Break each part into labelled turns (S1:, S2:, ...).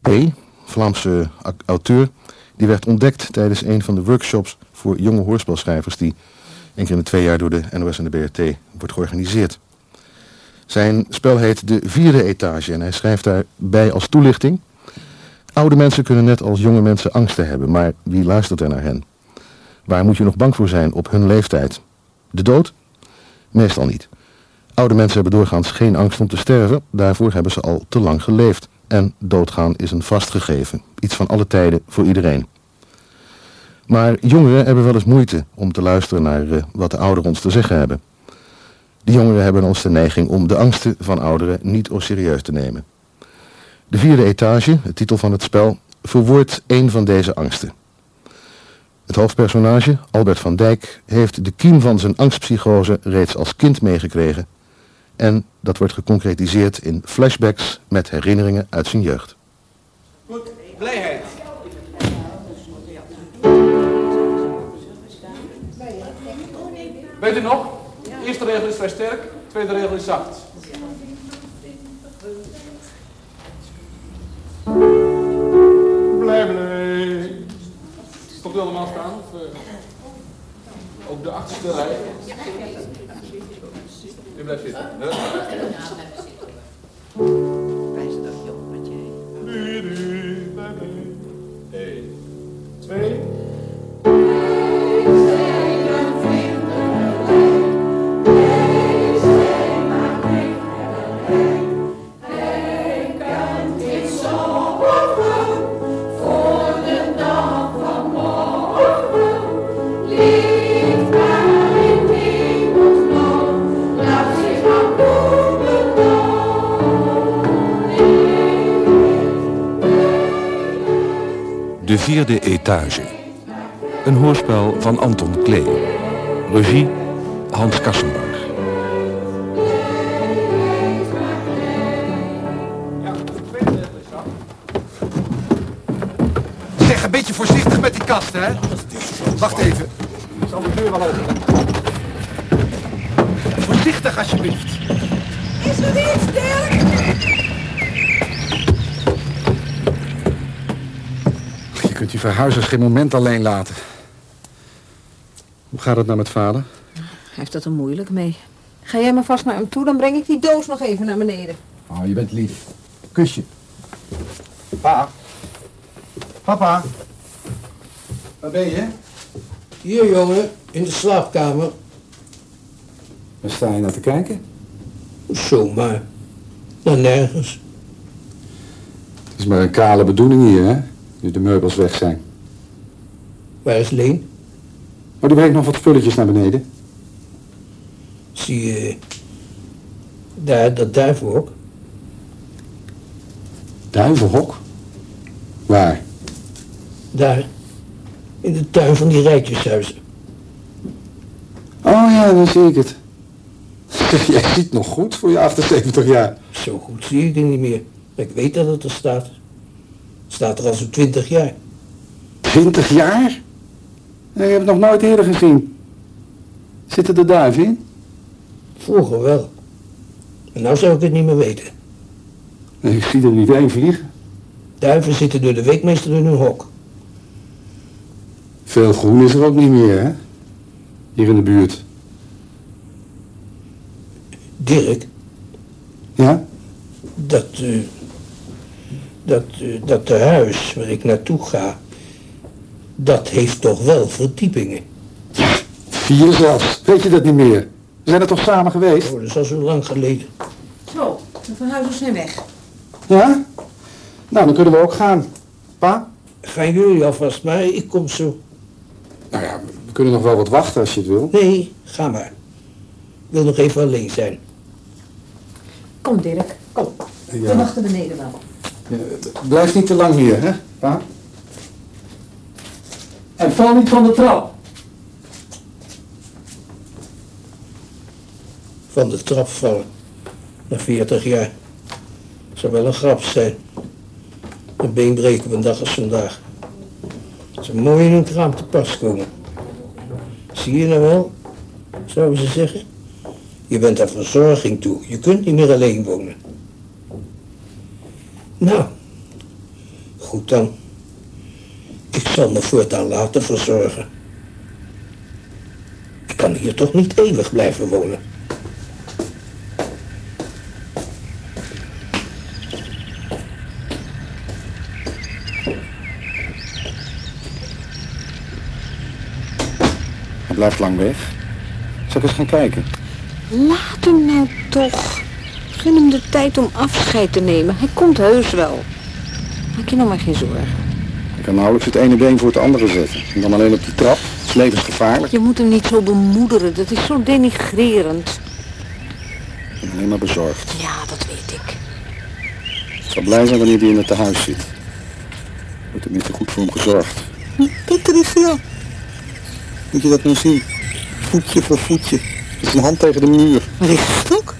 S1: P., Vlaamse auteur, die werd ontdekt tijdens een van de workshops voor jonge hoorspelschrijvers die één keer in de twee jaar door de NOS en de BRT wordt georganiseerd. Zijn spel heet De Vierde Etage en hij schrijft daarbij als toelichting. Oude mensen kunnen net als jonge mensen angsten hebben, maar wie luistert er naar hen? Waar moet je nog bang voor zijn op hun leeftijd? De dood? Meestal niet. Oude mensen hebben doorgaans geen angst om te sterven, daarvoor hebben ze al te lang geleefd. En doodgaan is een vastgegeven, iets van alle tijden voor iedereen. Maar jongeren hebben wel eens moeite om te luisteren naar uh, wat de ouderen ons te zeggen hebben. De jongeren hebben ons de neiging om de angsten van ouderen niet of serieus te nemen. De vierde etage, het titel van het spel, verwoordt een van deze angsten. Het hoofdpersonage, Albert van Dijk, heeft de kiem van zijn angstpsychose reeds als kind meegekregen. En dat wordt geconcretiseerd in flashbacks met herinneringen uit zijn jeugd.
S2: Goed, blijheid. Weet u nog? Eerste regel is vrij sterk, tweede regel is zacht. Blij, blij. Stond u allemaal staan? Of, eh, ook de achterste rij? U blijft zitten. hè? Eén, twee.
S3: De vierde etage. Een hoorspel van Anton Klee. Regie Hans Kassenberg.
S4: Zeg een beetje voorzichtig met die kast, hè? Wacht even.
S2: Zal de deur wel open?
S4: Voorzichtig alsjeblieft.
S5: Is er iets, Dirk?
S6: Je kunt die verhuizers geen moment alleen laten. Hoe gaat het nou met vader?
S7: Hij heeft het er moeilijk mee.
S5: Ga jij maar vast naar hem toe, dan breng ik die doos nog even naar beneden.
S4: Oh, je bent lief. Kusje. Pa. Papa. Waar ben je?
S8: Hier, jongen, in de slaapkamer.
S6: Waar sta je naar te kijken?
S8: Zomaar. Naar nergens.
S6: Het is maar een kale bedoeling hier, hè? Nu de meubels weg zijn.
S8: Waar is Leen?
S6: Maar die brengt nog wat spulletjes naar beneden.
S8: Zie je eh, daar dat duivenhok?
S6: Duivenhok? Waar?
S8: Daar. In de tuin van die rijtjeshuizen.
S6: Oh ja, dan zie ik het. Jij ziet nog goed voor je 78 jaar.
S8: Zo goed zie ik het niet meer. Maar ik weet dat het er staat. Het staat er al zo'n twintig jaar.
S6: 20 jaar? Ik heb het nog nooit eerder gezien. Zitten er duiven in?
S8: Vroeger wel. En nou zou ik het niet meer weten.
S6: Ik zie er niet één vliegen.
S8: Duiven zitten door de weekmeester in hun hok.
S6: Veel groen is er ook niet meer, hè? Hier in de buurt.
S8: Dirk,
S6: Ja?
S8: dat, eh, dat, eh, dat huis waar ik naartoe ga, dat heeft toch wel verdiepingen.
S6: Vier zelfs. Weet je dat niet meer? We zijn er toch samen geweest?
S8: Oh, dat is al zo lang geleden.
S5: Zo, de verhuizers zijn weg.
S6: Ja? Nou, dan kunnen we ook gaan. Pa?
S8: Gaan jullie alvast maar, ik kom zo.
S6: Nou ja, we kunnen nog wel wat wachten als je het wil.
S8: Nee, ga maar. Ik wil nog even alleen zijn.
S7: Kom, Dirk. Kom.
S6: Ja.
S7: We wachten beneden wel.
S6: Blijf niet te lang hier, hè, pa? En val niet van de trap.
S8: Van de trap vallen. Na 40 jaar. Zou wel een grap zijn. Een been breken op een dag als vandaag. Zou mooi in een kraam te pas komen. Zie je nou wel? Zouden ze zeggen. Je bent aan verzorging toe. Je kunt niet meer alleen wonen. Nou,
S9: Goed dan. Ik zal me voortaan laten verzorgen. Ik kan hier toch niet eeuwig blijven wonen.
S6: Hij blijft lang weg. Zal ik eens gaan kijken?
S7: Laat hem nou toch. Gun hem de tijd om afscheid te nemen. Hij komt heus wel. Maak je nou maar geen zorgen.
S6: Ik kan nauwelijks het ene been voor het andere zetten. En dan alleen op die trap. Het is levensgevaarlijk.
S7: Je moet hem niet zo bemoederen. Dat is zo denigrerend.
S6: Ik ben alleen maar bezorgd.
S7: Ja, dat weet ik.
S6: Ik zal blij zijn wanneer hij in het tehuis zit. Er wordt tenminste goed voor hem gezorgd.
S8: Peter is hier. Moet je dat nou zien? Voetje voor voetje.
S6: Er is een hand tegen de muur.
S8: Maar is het ook?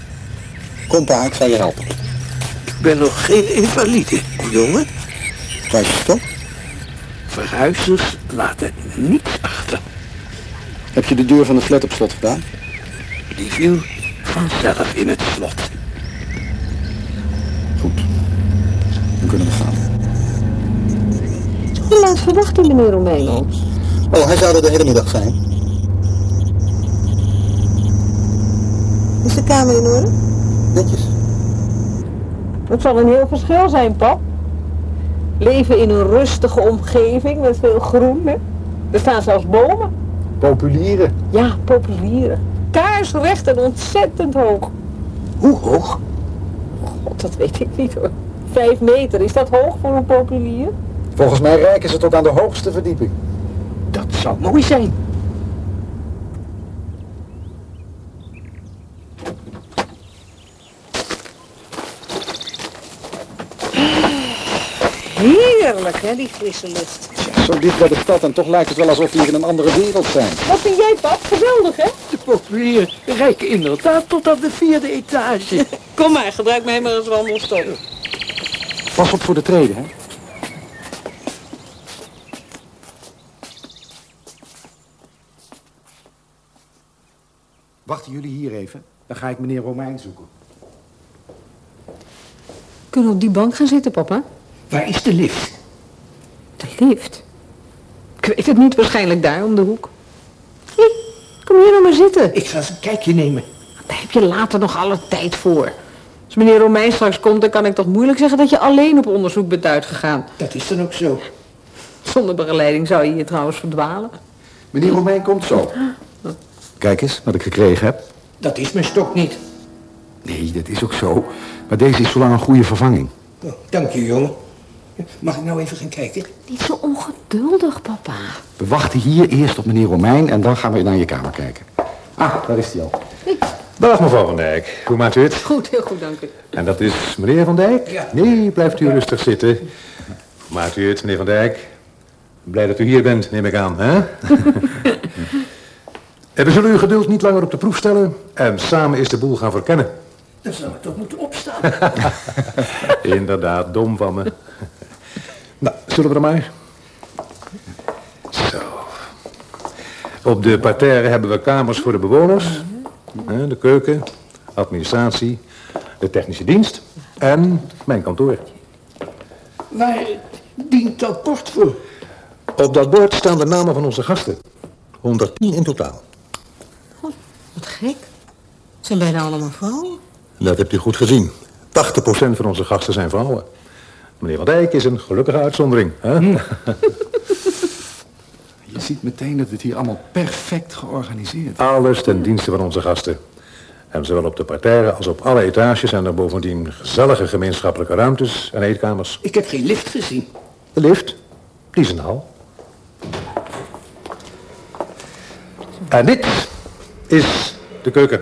S6: Kom pa, ik zal je helpen.
S8: Ik ben nog geen invalide, jongen.
S6: Thuis is het ook?
S8: Verhuizers laten niets achter.
S6: Heb je de deur van de flat op slot gedaan?
S8: Die viel vanzelf in het slot.
S6: Goed. Dan kunnen we gaan.
S7: Hoe laat verwacht u meneer Romeino?
S8: Oh, hij zou er de hele middag zijn.
S10: Is de kamer in orde?
S8: Netjes.
S7: Dat zal een heel verschil zijn, pap. Leven in een rustige omgeving met veel groen. hè? Er staan zelfs bomen.
S6: Populieren.
S7: Ja, populieren. Kaarsrecht en ontzettend hoog.
S8: Hoe hoog?
S7: God, dat weet ik niet hoor. Vijf meter, is dat hoog voor een populier?
S6: Volgens mij reiken ze tot aan de hoogste verdieping.
S8: Dat zou mooi zijn.
S7: Heerlijk, hè, die frisse lucht.
S6: Zo dicht bij de stad en toch lijkt het wel alsof we hier in een andere wereld zijn.
S7: Wat vind jij, pap? Geweldig, hè?
S8: De populieren reiken inderdaad tot aan de vierde etage.
S7: Kom maar, gebruik mij maar als wandelstok.
S6: Pas op voor de treden, hè? Wachten jullie hier even? Dan ga ik meneer Romein zoeken.
S4: Kunnen we op die bank gaan zitten, papa?
S8: Waar is de lift?
S4: De lift. Ik weet het niet, waarschijnlijk daar om de hoek. Hé, kom hier nou maar zitten.
S8: Ik ga eens een kijkje nemen.
S4: Daar heb je later nog alle tijd voor. Als meneer Romein straks komt, dan kan ik toch moeilijk zeggen dat je alleen op onderzoek bent uitgegaan.
S8: Dat is dan ook zo.
S4: Zonder begeleiding zou je hier trouwens verdwalen.
S6: Meneer Romein komt zo. Kijk eens wat ik gekregen heb.
S8: Dat is mijn stok niet.
S6: Nee, dat is ook zo. Maar deze is zolang een goede vervanging.
S8: Oh, dank je, jongen. Mag ik nou even gaan kijken?
S7: Niet zo ongeduldig, papa.
S6: We wachten hier eerst op meneer Romein en dan gaan we naar je kamer kijken. Ah, daar is hij al.
S11: Dag mevrouw Van Dijk, hoe maakt u het?
S4: Goed, heel goed, dank u.
S11: En dat is meneer Van Dijk?
S8: Ja.
S11: Nee, blijft u rustig zitten. Hoe maakt u het, meneer Van Dijk? Blij dat u hier bent, neem ik aan, hè? En we zullen uw geduld niet langer op de proef stellen en samen is de boel gaan verkennen.
S8: Dan zou ik toch moeten opstaan.
S11: Inderdaad, dom van me. nou, zullen we er maar? Zo. Op de parterre hebben we kamers voor de bewoners. hè, De keuken, administratie, de technische dienst en mijn kantoor.
S8: Waar dient dat bord voor?
S11: Op dat bord staan de namen van onze gasten. 110 in totaal.
S4: Wat gek. Het zijn bijna allemaal vrouwen.
S11: Dat hebt u goed gezien. 80% van onze gasten zijn vrouwen. Meneer Van Dijk is een gelukkige uitzondering. Hè?
S8: Hm.
S6: Je ziet meteen dat het hier allemaal perfect georganiseerd
S11: Alles ten dienste van onze gasten. En zowel op de parterre als op alle etages zijn er bovendien gezellige gemeenschappelijke ruimtes en eetkamers.
S8: Ik heb geen lift gezien.
S11: De lift, die is een hal. En dit is de keuken.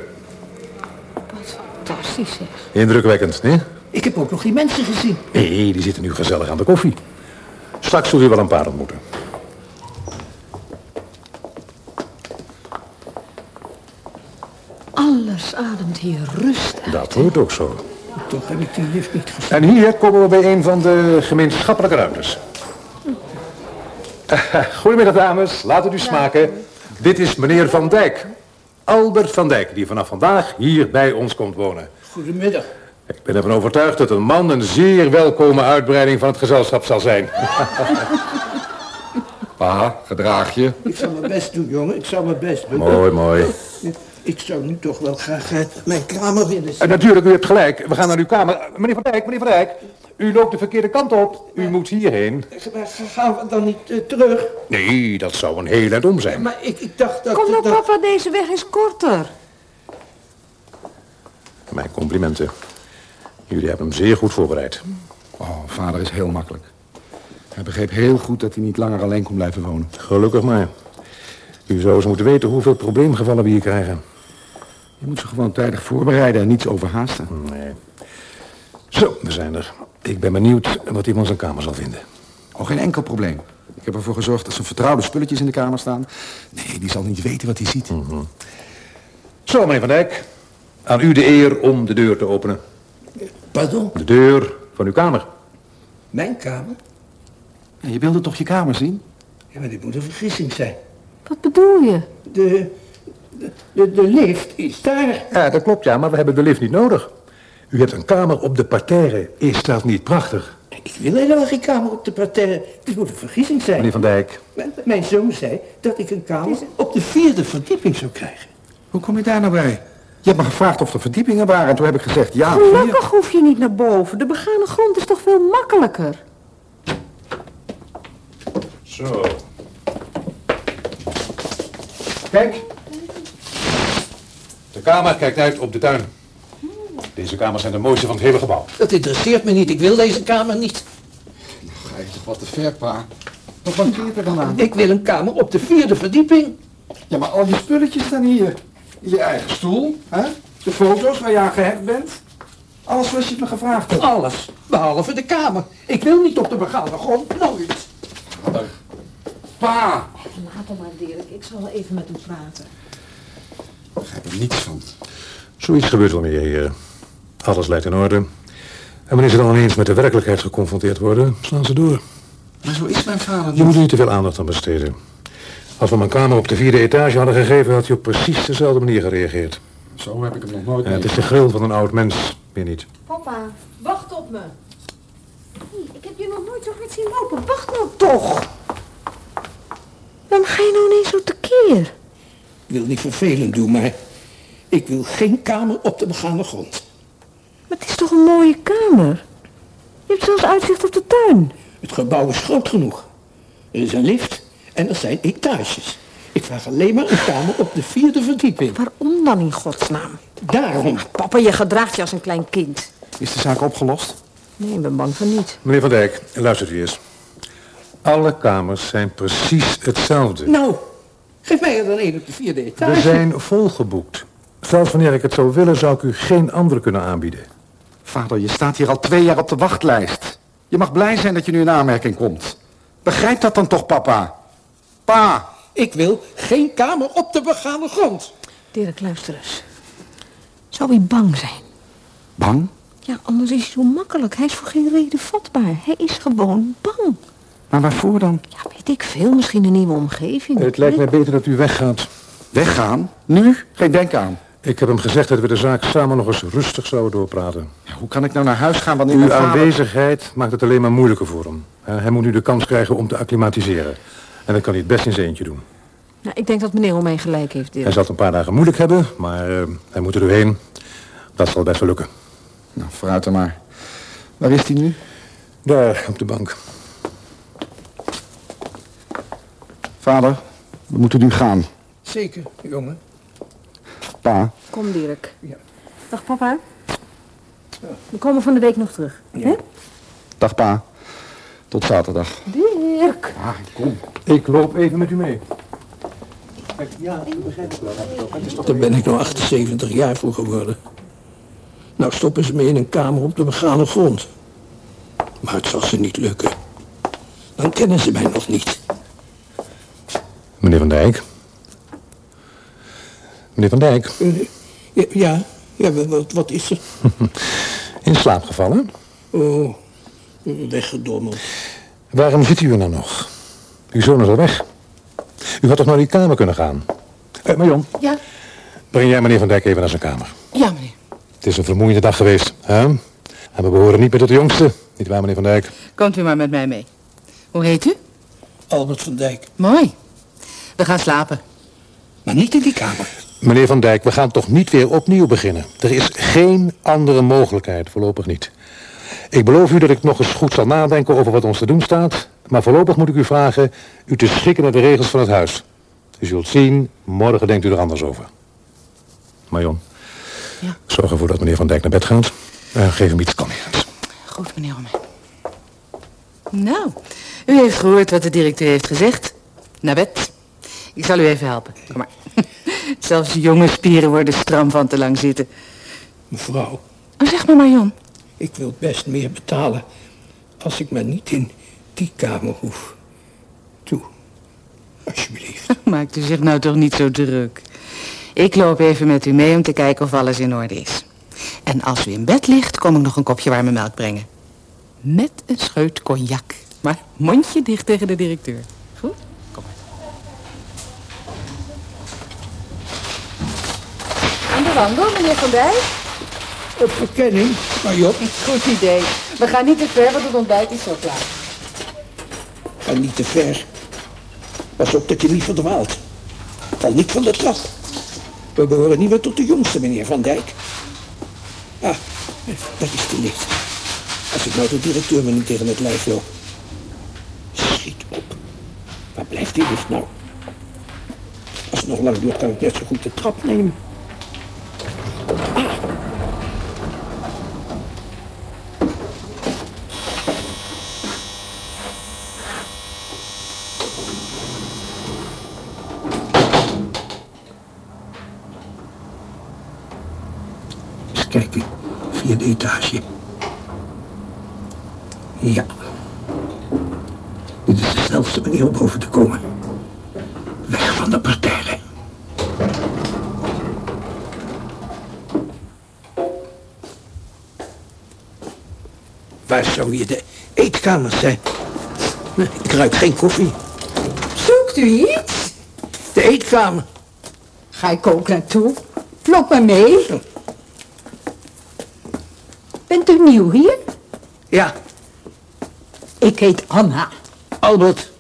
S4: Fantastisch, zeg.
S11: Indrukwekkend, nee?
S8: Ik heb ook nog die mensen gezien.
S11: Nee, die zitten nu gezellig aan de koffie. Straks zult u wel een paar ontmoeten.
S4: Alles ademt hier rust uit.
S11: Dat hoort ook zo.
S8: Toch heb ik die lift niet gezien.
S11: En hier komen we bij een van de gemeenschappelijke ruimtes. Goedemiddag dames, laat het u smaken. Dit is meneer Van Dijk. Albert van Dijk, die vanaf vandaag hier bij ons komt wonen.
S8: Goedemiddag.
S11: Ik ben ervan overtuigd dat een man een zeer welkome uitbreiding van het gezelschap zal zijn. pa, gedraag je.
S8: Ik zal mijn best doen, jongen. Ik zal mijn best doen.
S11: Mooi, mooi.
S8: Ik zou nu toch wel graag eh, mijn kamer willen zien.
S11: En Eh, natuurlijk, u hebt gelijk. We gaan naar uw kamer. Eh, Meneer Van Dijk, meneer Van Dijk. U loopt de verkeerde kant op. U moet hierheen.
S8: Maar gaan we dan niet eh, terug?
S11: Nee, dat zou een heel eind om zijn.
S8: Maar ik, ik dacht dat...
S7: Kom nou,
S8: dat-
S7: papa, deze weg is korter.
S11: Mijn complimenten. Jullie hebben hem zeer goed voorbereid.
S6: Oh, vader is heel makkelijk. Hij begreep heel goed dat hij niet langer alleen kon blijven wonen.
S11: Gelukkig maar. U zou eens moeten weten hoeveel probleemgevallen we hier krijgen.
S6: Je moet ze gewoon tijdig voorbereiden en niets overhaasten.
S11: Nee. Zo, we zijn er. Ik ben benieuwd wat iemand zijn kamer zal vinden.
S6: Oh, geen enkel probleem. Ik heb ervoor gezorgd dat zijn vertrouwde spulletjes in de kamer staan. Nee, die zal niet weten wat hij ziet.
S11: Zo, meneer Van Dijk. Aan u de eer om de deur te openen.
S8: Pardon?
S11: De deur van uw kamer.
S8: Mijn kamer?
S6: En je wilde toch je kamer zien?
S8: Ja, maar dit moet een vergissing zijn.
S7: Wat bedoel je?
S8: De, de, de lift is daar.
S11: Ja, dat klopt, ja, maar we hebben de lift niet nodig. U hebt een kamer op de parterre. Is dat niet prachtig?
S8: Ik wil helemaal geen kamer op de parterre. Dit moet een vergissing zijn.
S11: Meneer Van Dijk.
S8: Mijn, mijn zoon zei dat ik een kamer op de vierde verdieping zou krijgen.
S6: Hoe kom je daar nou bij? Je hebt me gevraagd of er verdiepingen waren. En toen heb ik gezegd ja.
S7: Gelukkig hoef je niet naar boven. De begane grond is toch veel makkelijker.
S11: Zo. Kijk. De kamer kijkt uit op de tuin. Deze kamers zijn de mooiste van het hele gebouw.
S8: Dat interesseert me niet. Ik wil deze kamer niet.
S6: Ga je toch wat te ver, pa. Wat mankeert er dan aan?
S8: Ik wil een kamer op de vierde verdieping.
S6: Ja, maar al je spulletjes staan hier. Je eigen stoel, hè? De foto's waar je aan gehecht bent. Alles zoals je het me gevraagd hebt.
S8: Alles, behalve de kamer. Ik wil niet op de begane grond, nooit.
S6: Pa!
S7: Laat hem maar, Dirk. Ik zal wel even met hem praten.
S6: Ik heb er niets van.
S11: Zoiets gebeurt wel meer hier. Alles lijkt in orde. En wanneer ze dan ineens met de werkelijkheid geconfronteerd worden, slaan ze door.
S6: Maar zo is mijn vader
S11: Je moet er niet te veel aandacht aan besteden. Als we mijn kamer op de vierde etage hadden gegeven, had hij op precies dezelfde manier gereageerd.
S6: Zo heb ik hem nog nooit
S11: En het is de gril van een oud mens, meer niet.
S12: Papa, wacht op me.
S7: Ik heb je nog nooit zo hard zien lopen. Wacht nou toch. Waarom ga je nou ineens zo tekeer?
S8: Ik wil niet vervelend doen, maar ik wil geen kamer op de begane grond.
S7: Maar het is toch een mooie kamer? Je hebt zelfs uitzicht op de tuin.
S8: Het gebouw is groot genoeg. Er is een lift en er zijn etages. Ik vraag alleen maar een kamer op de vierde verdieping.
S7: Waarom dan in godsnaam?
S8: Daarom.
S7: Papa, je gedraagt je als een klein kind.
S6: Is de zaak opgelost?
S7: Nee, ik ben bang van niet.
S11: Meneer Van Dijk, luistert u eens. Alle kamers zijn precies hetzelfde.
S8: Nou, geef mij er dan één op de vierde etage.
S11: We zijn volgeboekt. Zelfs wanneer ik het zou willen, zou ik u geen andere kunnen aanbieden.
S6: Vader, je staat hier al twee jaar op de wachtlijst. Je mag blij zijn dat je nu in aanmerking komt. Begrijp dat dan toch, papa? Pa!
S8: Ik wil geen kamer op de begane grond.
S7: Dirk, luister eens. Zou hij bang zijn?
S6: Bang?
S7: Ja, anders is hij zo makkelijk. Hij is voor geen reden vatbaar. Hij is gewoon bang.
S6: Maar waarvoor dan?
S7: Ja, weet ik veel. Misschien een nieuwe omgeving.
S11: Het lijkt mij beter dat u weggaat.
S6: Weggaan? Nu? Geen denk aan.
S11: Ik heb hem gezegd dat we de zaak samen nog eens rustig zouden doorpraten.
S6: Hoe kan ik nou naar huis gaan wanneer
S11: Uw
S6: mijn vader...
S11: aanwezigheid maakt het alleen maar moeilijker voor hem. Eh, Hij moet nu de kans krijgen om te acclimatiseren. En dat kan hij het best in zijn eentje doen.
S7: Nou, ik denk dat meneer Romein gelijk heeft, Dirk.
S11: Hij zal het een paar dagen moeilijk hebben, maar eh, hij moet er doorheen. Dat zal best wel lukken.
S6: Nou, vooruit dan maar. Waar is hij nu?
S11: Daar, op de bank.
S6: Vader, we moeten nu gaan.
S8: Zeker, jongen.
S6: Pa,
S7: Kom, Dirk.
S8: Ja.
S7: Dag, papa. We komen van de week nog terug. Hè?
S6: dag pa. Tot zaterdag.
S7: Dirk.
S6: Ah, kom.
S11: Ik loop even met u mee.
S8: Ja, Daar ben ik nou 78 jaar voor geworden. Nou stoppen ze me in een kamer op de begane grond. Maar het zal ze niet lukken. Dan kennen ze mij nog niet.
S11: Meneer Van Dijk. Meneer Van Dijk,
S8: Ja, ja, ja, wa- wat, wat is er?
S11: in slaap gevallen?
S8: Oh, weggedommeld.
S11: Waarom zit u er dan nog? Uw zoon is al weg. U had toch naar die kamer kunnen gaan? Eh, Marion,
S13: Ja,
S11: breng jij meneer Van Dijk even naar zijn kamer.
S13: ja meneer.
S11: Het is een vermoeiende dag geweest. Hè? En we behoren niet meer tot de jongste. Niet waar, meneer Van Dijk?
S14: Komt u maar met mij mee. Hoe heet u?
S8: Albert van Dijk.
S14: Mooi. We gaan slapen.
S8: Maar niet in die kamer.
S11: Meneer Van Dijk, we gaan toch niet weer opnieuw beginnen. Er is geen andere mogelijkheid, voorlopig niet. Ik beloof u dat ik nog eens goed zal nadenken over wat ons te doen staat. Maar voorlopig moet ik u vragen u te schikken naar de regels van het huis. U zult zien, morgen denkt u er anders over. Marion, zorg ervoor dat meneer Van Dijk naar bed gaat. En geef hem iets kalmerends.
S14: Goed, meneer Romein. Nou, u heeft gehoord wat de directeur heeft gezegd. Naar bed. Ik zal u even helpen. Kom maar. Zelfs jonge spieren worden stram van te lang zitten.
S8: Mevrouw,
S14: Oh, zeg maar, Marion.
S8: ik wil best meer betalen als ik maar niet in die kamer hoef.
S14: Maakt u zich nou toch niet zo druk. Ik loop even met u mee om te kijken of alles in orde is. En als u in bed ligt, kom ik nog een kopje warme melk brengen. Met een scheut cognac. Maar mondje dicht tegen de directeur. Goed?
S5: Aan de wandel, meneer Van Dijk.
S8: Op verkenning, maar Job,
S5: Goed idee. We gaan niet te ver, want het ontbijt is zo klaar.
S8: ga niet te ver. Pas op dat je niet verdwaalt. Val niet van de trap. We behoren niet meer tot de jongste, meneer Van Dijk. Ah, dat is te licht. Als ik nou de directeur me niet tegen het lijf loop. Schiet op. Waar blijft die lift nou? Als het nog lang duurt, kan ik net zo goed de trap nemen. Eens kijken, via de etage. Ja. Dit is de snelste manier om boven te komen. Weg van de parterre. Waar zou hier de eetkamer zijn? Nee, Ik ruik geen koffie.
S5: Zoekt u iets?
S8: De eetkamer.
S5: Ga ik ook naartoe. Loop maar mee. Bent u nieuw hier?
S8: Ja.
S5: Ik heet Anna.
S8: Albert.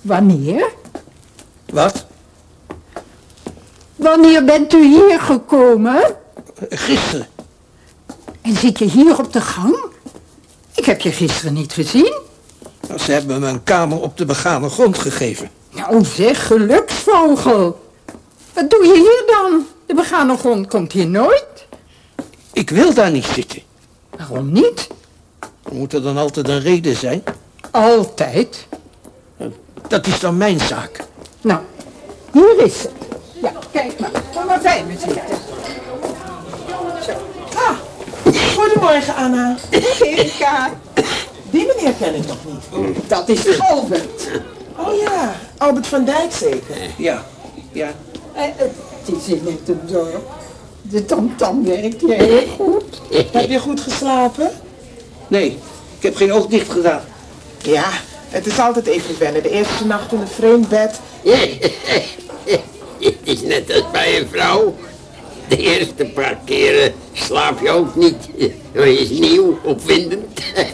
S5: Wanneer?
S8: Wat?
S5: Wanneer bent u hier gekomen?
S8: Gisteren.
S5: En zit je hier op de gang? Ik heb je gisteren niet gezien.
S8: Nou, Ze hebben me een kamer op de begane grond gegeven.
S5: Nou zeg, geluksvogel. Wat doe je hier dan? De begane grond komt hier nooit.
S8: Ik wil daar niet zitten.
S5: Waarom niet?
S8: Moet er dan altijd een reden zijn?
S5: Altijd.
S8: Dat is dan mijn zaak.
S5: Nou, hier is ze. Ja, kijk maar. Kom maar bij me zitten.
S15: Goedemorgen, Anna. Erika. Die meneer ken ik nog niet. Dat is Albert. Oh ja, Albert van Dijk zeker.
S6: Eh.
S8: Ja, ja.
S15: Eh, Het is in het dorp. De tamtam werkt hier heel goed. Heb je goed geslapen?
S8: Nee, ik heb geen oog dicht gedaan.
S15: Ja, het is altijd even wennen. De eerste nacht in een vreemd bed.
S16: Het is net als bij een vrouw. De eerste paar keren slaap je ook niet. Dat is nieuw, opwindend.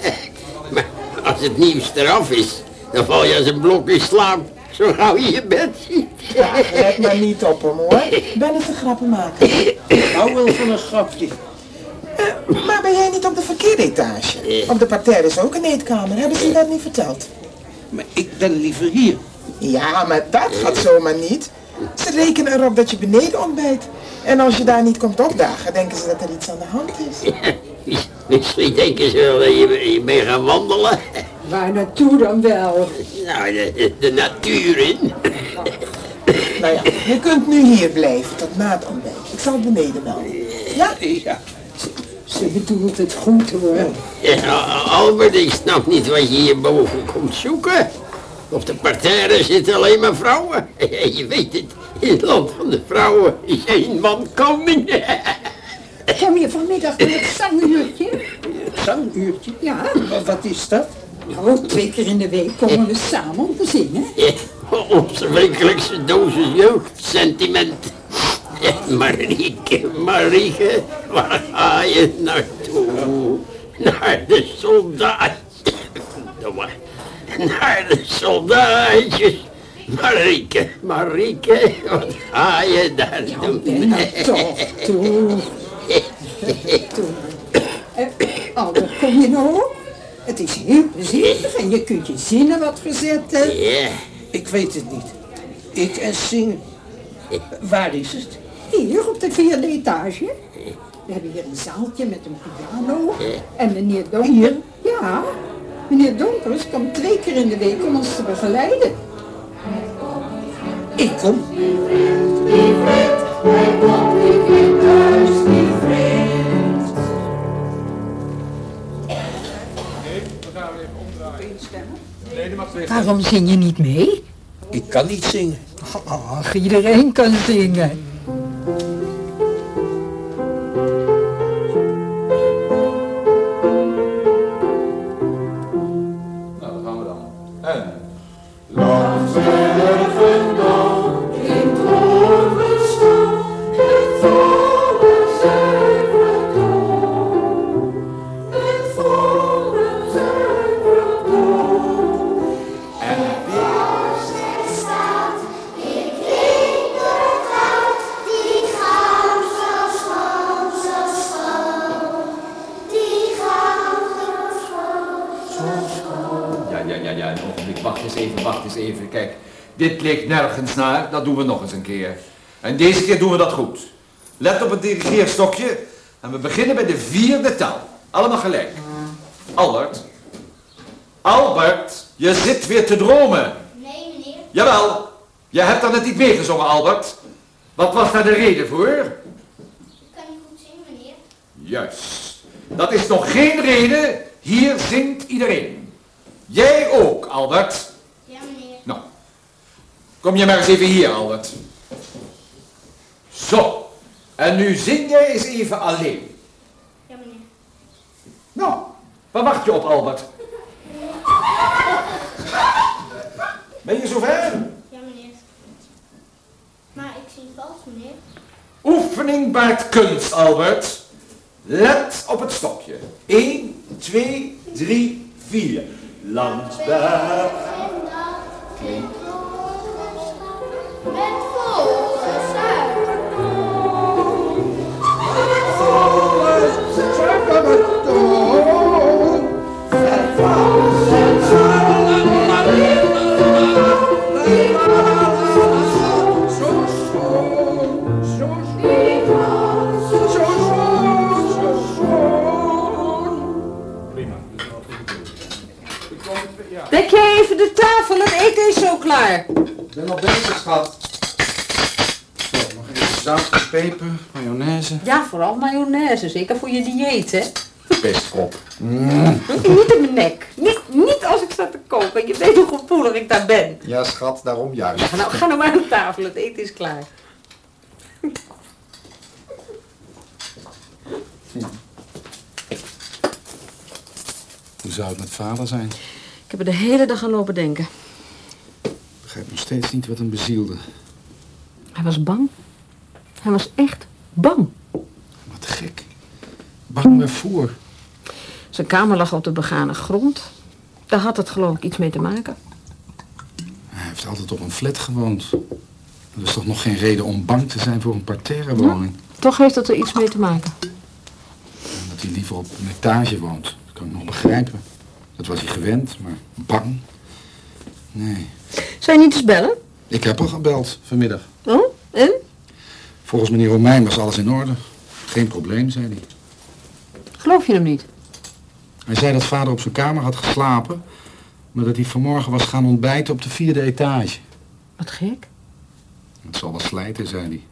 S16: Maar als het nieuws eraf is, dan val je als een blok in slaap. Zo gauw je je bed ziet.
S15: Ja, let maar niet op hem hoor. Ben het een grappenmaker. Eh,
S8: Hou wel van een grapje.
S15: Maar ben jij niet op de verkeerde
S8: Eh.
S15: etage? Op de parterre is ook een eetkamer. Hebben ze je dat niet verteld?
S8: Maar ik ben liever hier.
S15: Ja, maar dat gaat zomaar niet. Ze rekenen erop dat je beneden ontbijt. En als je daar niet komt opdagen, denken ze dat er iets aan de hand is.
S16: Misschien denken ze wel dat je, je mee gaat wandelen.
S5: Waar naartoe dan wel?
S16: Nou, de, de natuur in.
S15: Nou ja, je kunt nu hier blijven tot na het ontbijt. Ik zal beneden wel. Ja?
S8: Ja.
S5: Ze bedoelt het goed hoor.
S16: Ja, Eh, Albert, ik snap niet wat je hierboven komt zoeken. Op de parterre zitten alleen maar vrouwen. Je weet het, in het land van de vrouwen is één man koning.
S5: Kom je vanmiddag met het zanguurtje?
S8: Zanguurtje?
S5: Ja.
S8: Wat, wat is dat?
S5: Nou, twee keer in de week komen we samen om te zingen.
S16: Onze wekelijkse dosis jeugdsentiment. Marieke, Marieke, waar ga je naartoe? Naar de soldaat. Verdomme. Naar de soldaatjes. Marieke, Marieke, wat ga je daar doen?
S5: Toe. Eh, Albert, kom je nou op? Het is heel plezierig en je kunt je zinnen wat verzetten.
S8: Ik weet het niet. Ik en zingen. Waar is het?
S5: Hier op de vierde etage. We hebben hier een zaaltje met een piano. En meneer Donkers... Ja, meneer Donkers komt twee keer in de week om ons te begeleiden.
S8: Ik kom.
S5: Waarom zing je niet mee?
S8: Ik kan niet zingen.
S5: Ach, iedereen kan zingen.
S17: Nou, dat gaan we dan. En...
S2: Ja, ja, ja, ja, een ogenblik. Wacht eens even, wacht eens even. Kijk, dit leek nergens naar. Dat doen we nog eens een keer. En deze keer doen we dat goed. Let op het dirigeerstokje. En we beginnen bij de vierde taal. Allemaal gelijk. Albert. Albert, je zit weer te dromen.
S4: Nee, meneer.
S2: Jawel. Je hebt daar net niet meegezongen, Albert. Wat was daar de reden voor?
S4: Kan ik goed zingen, meneer?
S2: Juist. Dat is nog geen reden. Hier zingt iedereen. Jij ook, Albert.
S4: Ja, meneer.
S2: Nou, kom je maar eens even hier, Albert. Zo, en nu zing jij eens even alleen.
S4: Ja, meneer.
S2: Nou, waar wacht je op, Albert? Ben je zover?
S4: Ja, meneer. Maar ik zing vals, meneer.
S2: Oefening baart kunst, Albert. Let op het stokje. 1, 2, 3, 4. Landberg.
S5: Dek jij even de tafel, het eten is zo klaar.
S6: Ik ben al bezig, schat. Zo, nog even zout, peper, mayonaise.
S18: Ja, vooral mayonaise, zeker voor je dieet, hè?
S6: Pestkop. Mm.
S18: Druk je niet in mijn nek. Niet, niet als ik sta te koken. Je weet hoe gevoelig ik daar ben.
S6: Ja, schat, daarom juist.
S18: Nou, ga nou maar aan tafel, het eten is klaar.
S6: Hoe zou het met vader zijn?
S7: Ik heb er de hele dag aan lopen denken.
S6: Ik begrijp nog steeds niet wat hem bezielde.
S7: Hij was bang. Hij was echt bang.
S6: Wat gek. Bang waarvoor?
S7: Zijn kamer lag op de begane grond. Daar had het geloof ik iets mee te maken.
S6: Hij heeft altijd op een flat gewoond. Dat is toch nog geen reden om bang te zijn voor een parterre woning.
S7: Hm? Toch heeft dat er iets mee te maken.
S6: Dat hij liever op een etage woont. Dat kan ik nog begrijpen. Dat was hij gewend, maar bang. Nee.
S7: Zou je niet eens bellen?
S6: Ik heb al gebeld vanmiddag.
S7: Oh, en?
S6: Volgens meneer Romein was alles in orde. Geen probleem, zei hij.
S7: Geloof je hem niet?
S6: Hij zei dat vader op zijn kamer had geslapen, maar dat hij vanmorgen was gaan ontbijten op de vierde etage.
S7: Wat gek.
S6: Het zal wel slijten, zei hij.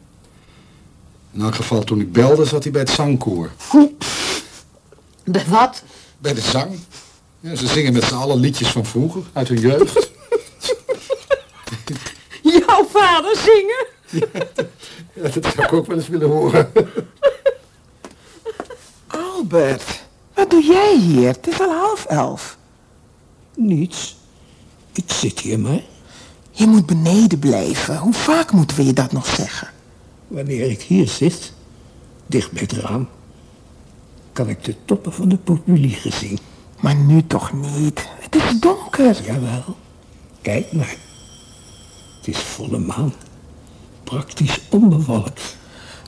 S6: In elk geval, toen ik belde, zat hij bij het zangkoor.
S7: Bij wat?
S6: Bij de zang. Ja, ze zingen met z'n allen liedjes van vroeger, uit hun jeugd.
S7: Jouw vader zingen?
S6: Ja, dat zou ik ook wel eens willen horen.
S15: Albert, wat doe jij hier? Het is al half elf. Niets. Ik zit hier maar. Je moet beneden blijven. Hoe vaak moeten we je dat nog zeggen?
S8: Wanneer ik hier zit, dicht bij het raam, kan ik de toppen van de populieren zien. Maar nu toch niet. Het is donker. Jawel. Kijk maar. Het is volle maan. Praktisch onbewolkt.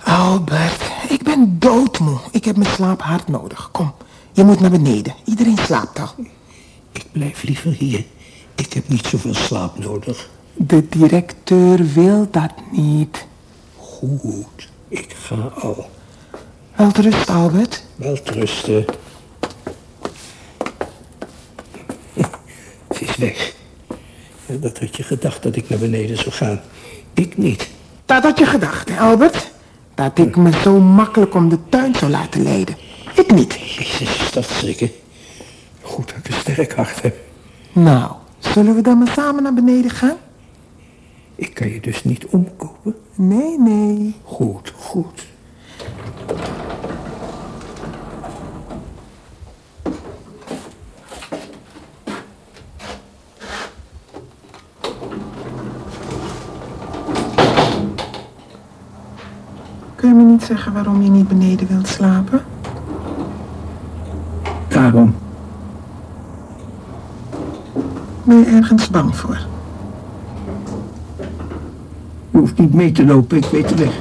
S15: Albert, ik ben doodmoe. Ik heb mijn slaap hard nodig. Kom, je moet naar beneden. Iedereen slaapt al.
S8: Ik blijf liever hier. Ik heb niet zoveel slaap nodig.
S15: De directeur wil dat niet.
S8: Goed, ik ga al.
S15: Wel rust, Albert.
S8: Wel trusten. Ze is weg. Ja, dat had je gedacht dat ik naar beneden zou gaan. Ik niet.
S15: Dat had je gedacht, hè, Albert? Dat ik me zo makkelijk om de tuin zou laten leiden. Ik niet.
S8: Jezus, dat schrikken. Goed dat ik een sterk hart heb.
S15: Nou, zullen we dan maar samen naar beneden gaan?
S8: Ik kan je dus niet omkopen.
S15: Nee, nee.
S8: Goed, goed.
S15: Kun je me niet zeggen waarom je niet beneden wilt slapen?
S8: Daarom.
S15: Ben je ergens bang voor?
S8: Je hoeft niet mee te lopen, ik weet de weg.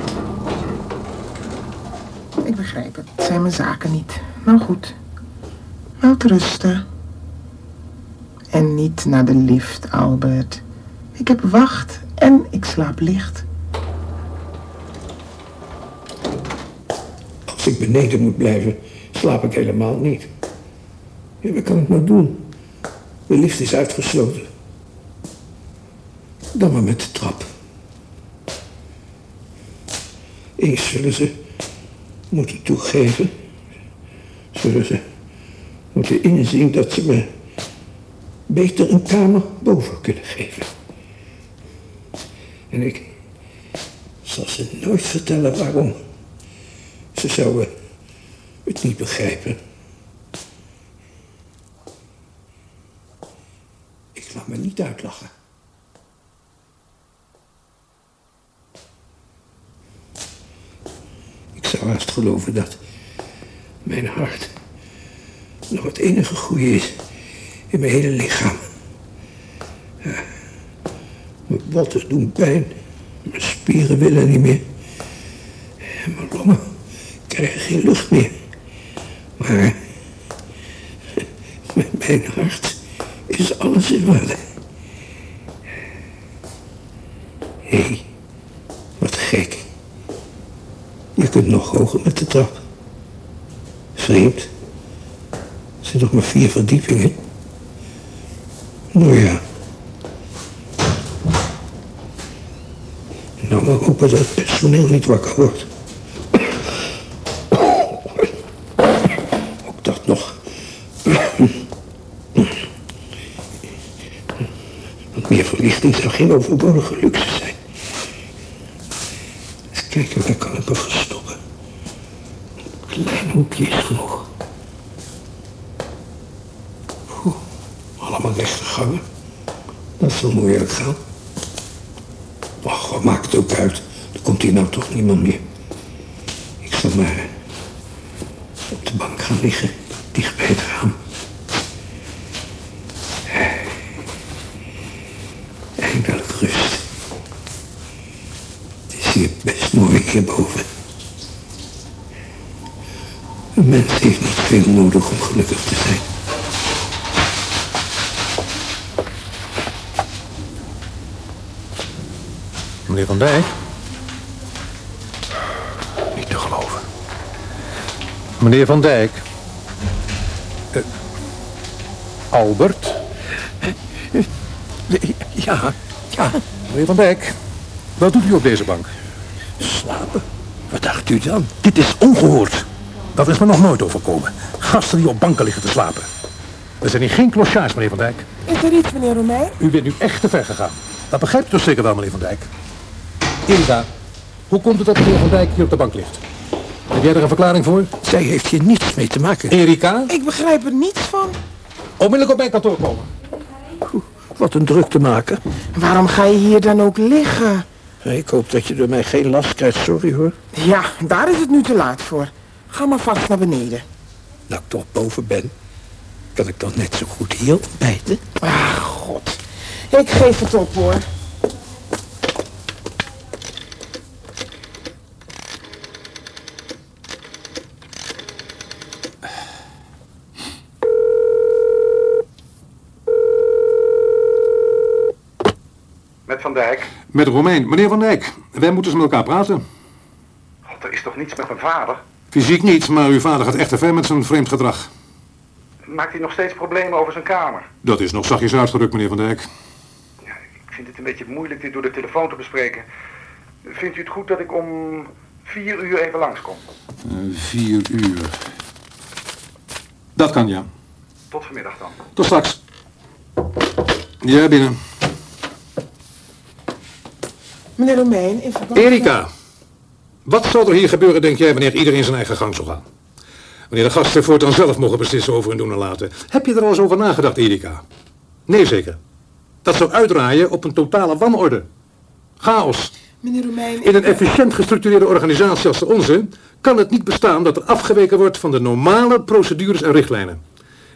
S15: Ik begrijp het. Het zijn mijn zaken niet. Nou goed. Wel rusten. En niet naar de lift, Albert. Ik heb wacht en ik slaap licht.
S8: Als ik beneden moet blijven, slaap ik helemaal niet. Ja, wat kan ik nou doen? De lift is uitgesloten. Dan maar met de trap. Eens zullen ze moeten toegeven. Zullen ze moeten inzien dat ze me beter een kamer boven kunnen geven. En ik zal ze nooit vertellen waarom. Ze zouden het niet begrijpen. Ik laat me niet uitlachen. Ik zou haast geloven dat mijn hart nog het enige goede is in mijn hele lichaam. Ja. Mijn botten doen pijn, mijn spieren willen niet meer. En mijn longen krijgen geen lucht meer. Maar met mijn hart is alles in orde. Hé, wat gek. Je kunt nog hoger met de trap. Vreemd. Er zijn nog maar vier verdiepingen. Nou ja. Nou maar hopen dat het personeel niet wakker wordt. Ook dat nog. Want meer verlichting zou geen overbodige luxe zijn. Eens kijken, waar kan ik me verstoppen? Een klein hoekje is genoeg. Oeh, allemaal rechte gangen. Dat zal moeilijk gaan. Ach, wat maakt het ook uit? Er komt hier nou toch niemand meer. Ik zal maar op de bank gaan liggen, dicht bij het raam. Eindelijk rust. Het is hier best mooi hierboven. Een mens heeft niet veel nodig om gelukkig te zijn.
S11: Meneer Van Dijk?
S3: Niet te geloven.
S11: Meneer Van Dijk? Eh, Albert?
S19: Ja, ja.
S11: Meneer Van Dijk, wat doet u op deze bank?
S19: Slapen? Wat dacht u dan? Dit is ongehoord.
S11: Dat is me nog nooit overkomen. Gasten die op banken liggen te slapen. We zijn hier geen clochards, meneer Van Dijk.
S20: Is er iets, meneer Romein?
S11: U bent nu echt te ver gegaan. Dat begrijpt u toch zeker wel, meneer Van Dijk? Ilda, hoe komt het dat meneer Van Dijk hier op de bank ligt? Heb jij er een verklaring voor?
S19: Zij heeft hier niets mee te maken.
S11: Erika,
S20: Ik begrijp er niets van.
S11: onmiddellijk op mijn kantoor komen.
S19: Wat een druk te maken.
S15: Waarom ga je hier dan ook liggen?
S21: Ik hoop dat je door mij geen last krijgt, sorry hoor.
S15: Ja, daar is het nu te laat voor. Ga maar vast naar beneden.
S21: Nou ik toch boven ben, kan ik dan net zo goed hier ontbijten?
S15: Ah, god. Ik geef het op, hoor.
S6: Met Van Dijk.
S22: Met Romein. Meneer Van Dijk, wij moeten eens met elkaar praten.
S6: God, er is toch niets met mijn vader?
S22: Fysiek niet, maar uw vader gaat echt te ver met zijn vreemd gedrag.
S6: Maakt hij nog steeds problemen over zijn kamer?
S22: Dat is nog zachtjes uitgedrukt, meneer Van Dijk.
S6: Ik vind het een beetje moeilijk dit door de telefoon te bespreken. Vindt u het goed dat ik om vier uur even langskom?
S22: Eh, vier uur. Dat kan, ja.
S6: Tot vanmiddag dan.
S22: Tot straks. Ja, binnen.
S15: Meneer Romein, in verband met-
S11: Erika, wat zou er hier gebeuren, denk jij, wanneer iedereen zijn eigen gang zou gaan? Wanneer de gasten voortaan zelf mogen beslissen over hun doen en laten. Heb je er al eens over nagedacht, Erika? Nee, zeker. Dat zou uitdraaien op een totale wanorde. Chaos.
S15: Meneer Romein... eh,
S11: In een efficiënt gestructureerde organisatie als de onze kan het niet bestaan dat er afgeweken wordt van de normale procedures en richtlijnen.